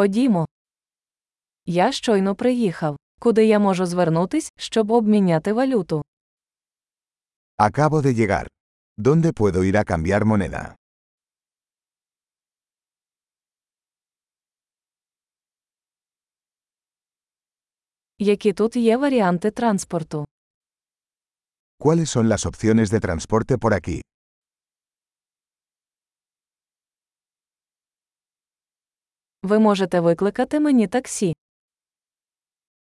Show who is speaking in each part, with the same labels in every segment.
Speaker 1: Ходімо. Я щойно приїхав. Куди я можу звернутись, щоб обміняти валюту?
Speaker 2: Acabo de llegar. ¿Dónde puedo ir a cambiar moneda?
Speaker 1: Які тут є варіанти транспорту?
Speaker 2: ¿Cuáles son las opciones de transporte por aquí?
Speaker 1: Ви можете викликати мені таксі.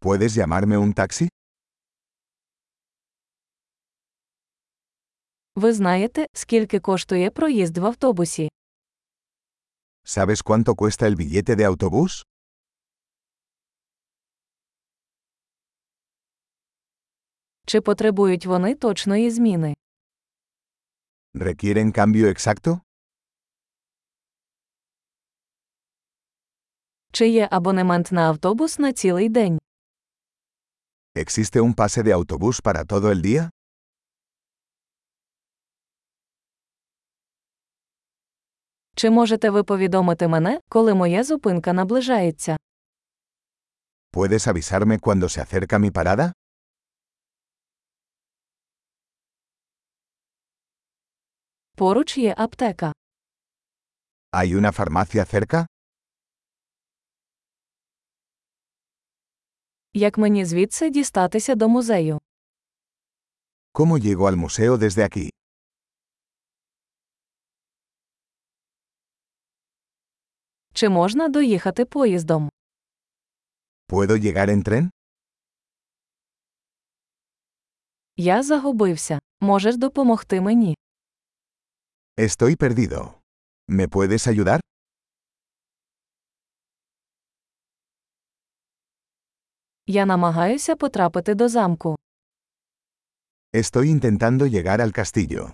Speaker 2: ¿Puedes llamarme un taxi?
Speaker 1: Ви знаєте, скільки коштує проїзд в автобусі?
Speaker 2: ¿Sabes cuánto cuesta el billete de autobús?
Speaker 1: Чи потребують вони точної зміни?
Speaker 2: ¿Requieren cambio exacto?
Speaker 1: Чи є абонемент на автобус на цілий день?
Speaker 2: ¿Existe un pase de autobús para todo el día?
Speaker 1: Чи можете ви повідомити мене, коли моя зупинка наближається?
Speaker 2: ¿Puedes avisarme cuando se acerca mi parada?
Speaker 1: Поруч є аптека.
Speaker 2: ¿Hay una farmacia cerca?
Speaker 1: Як мені звідси дістатися до музею?
Speaker 2: ¿Cómo llego al museo desde aquí?
Speaker 1: Чи можна доїхати поїздом?
Speaker 2: ¿Puedo llegar en tren?
Speaker 1: Я загубився. Можеш допомогти мені?
Speaker 2: Estoy perdido. ¿Me puedes ayudar?
Speaker 1: Я намагаюся потрапити до замку.
Speaker 2: Estoy intentando llegar al castillo.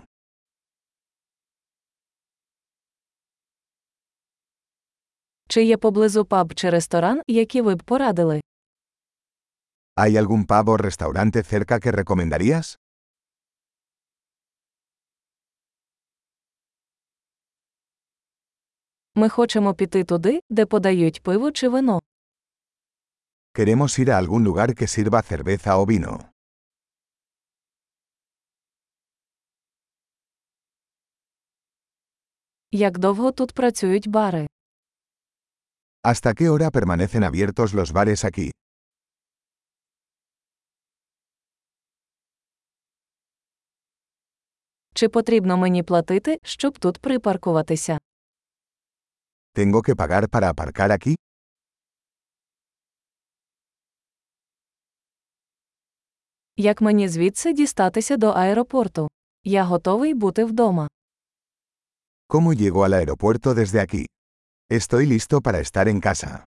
Speaker 1: Чи є поблизу паб чи ресторан, які ви б порадили?
Speaker 2: ¿Hay algún pavo o restaurante cerca que recomendarías?
Speaker 1: Ми хочемо піти туди, де подають пиво чи вино.
Speaker 2: Queremos ir a algún lugar que sirva cerveza o vino.
Speaker 1: Як довго тут працюють бари?
Speaker 2: ¿Hasta qué hora permanecen abiertos los bares aquí?
Speaker 1: Чи потрібно мені платити, щоб тут припаркуватися?
Speaker 2: ¿Tengo que pagar para aparcar aquí?
Speaker 1: Як мені звідси дістатися до аеропорту? Я готовий бути вдома.
Speaker 2: ¿Cómo llego al aeropuerto desde aquí? Estoy listo para estar en casa.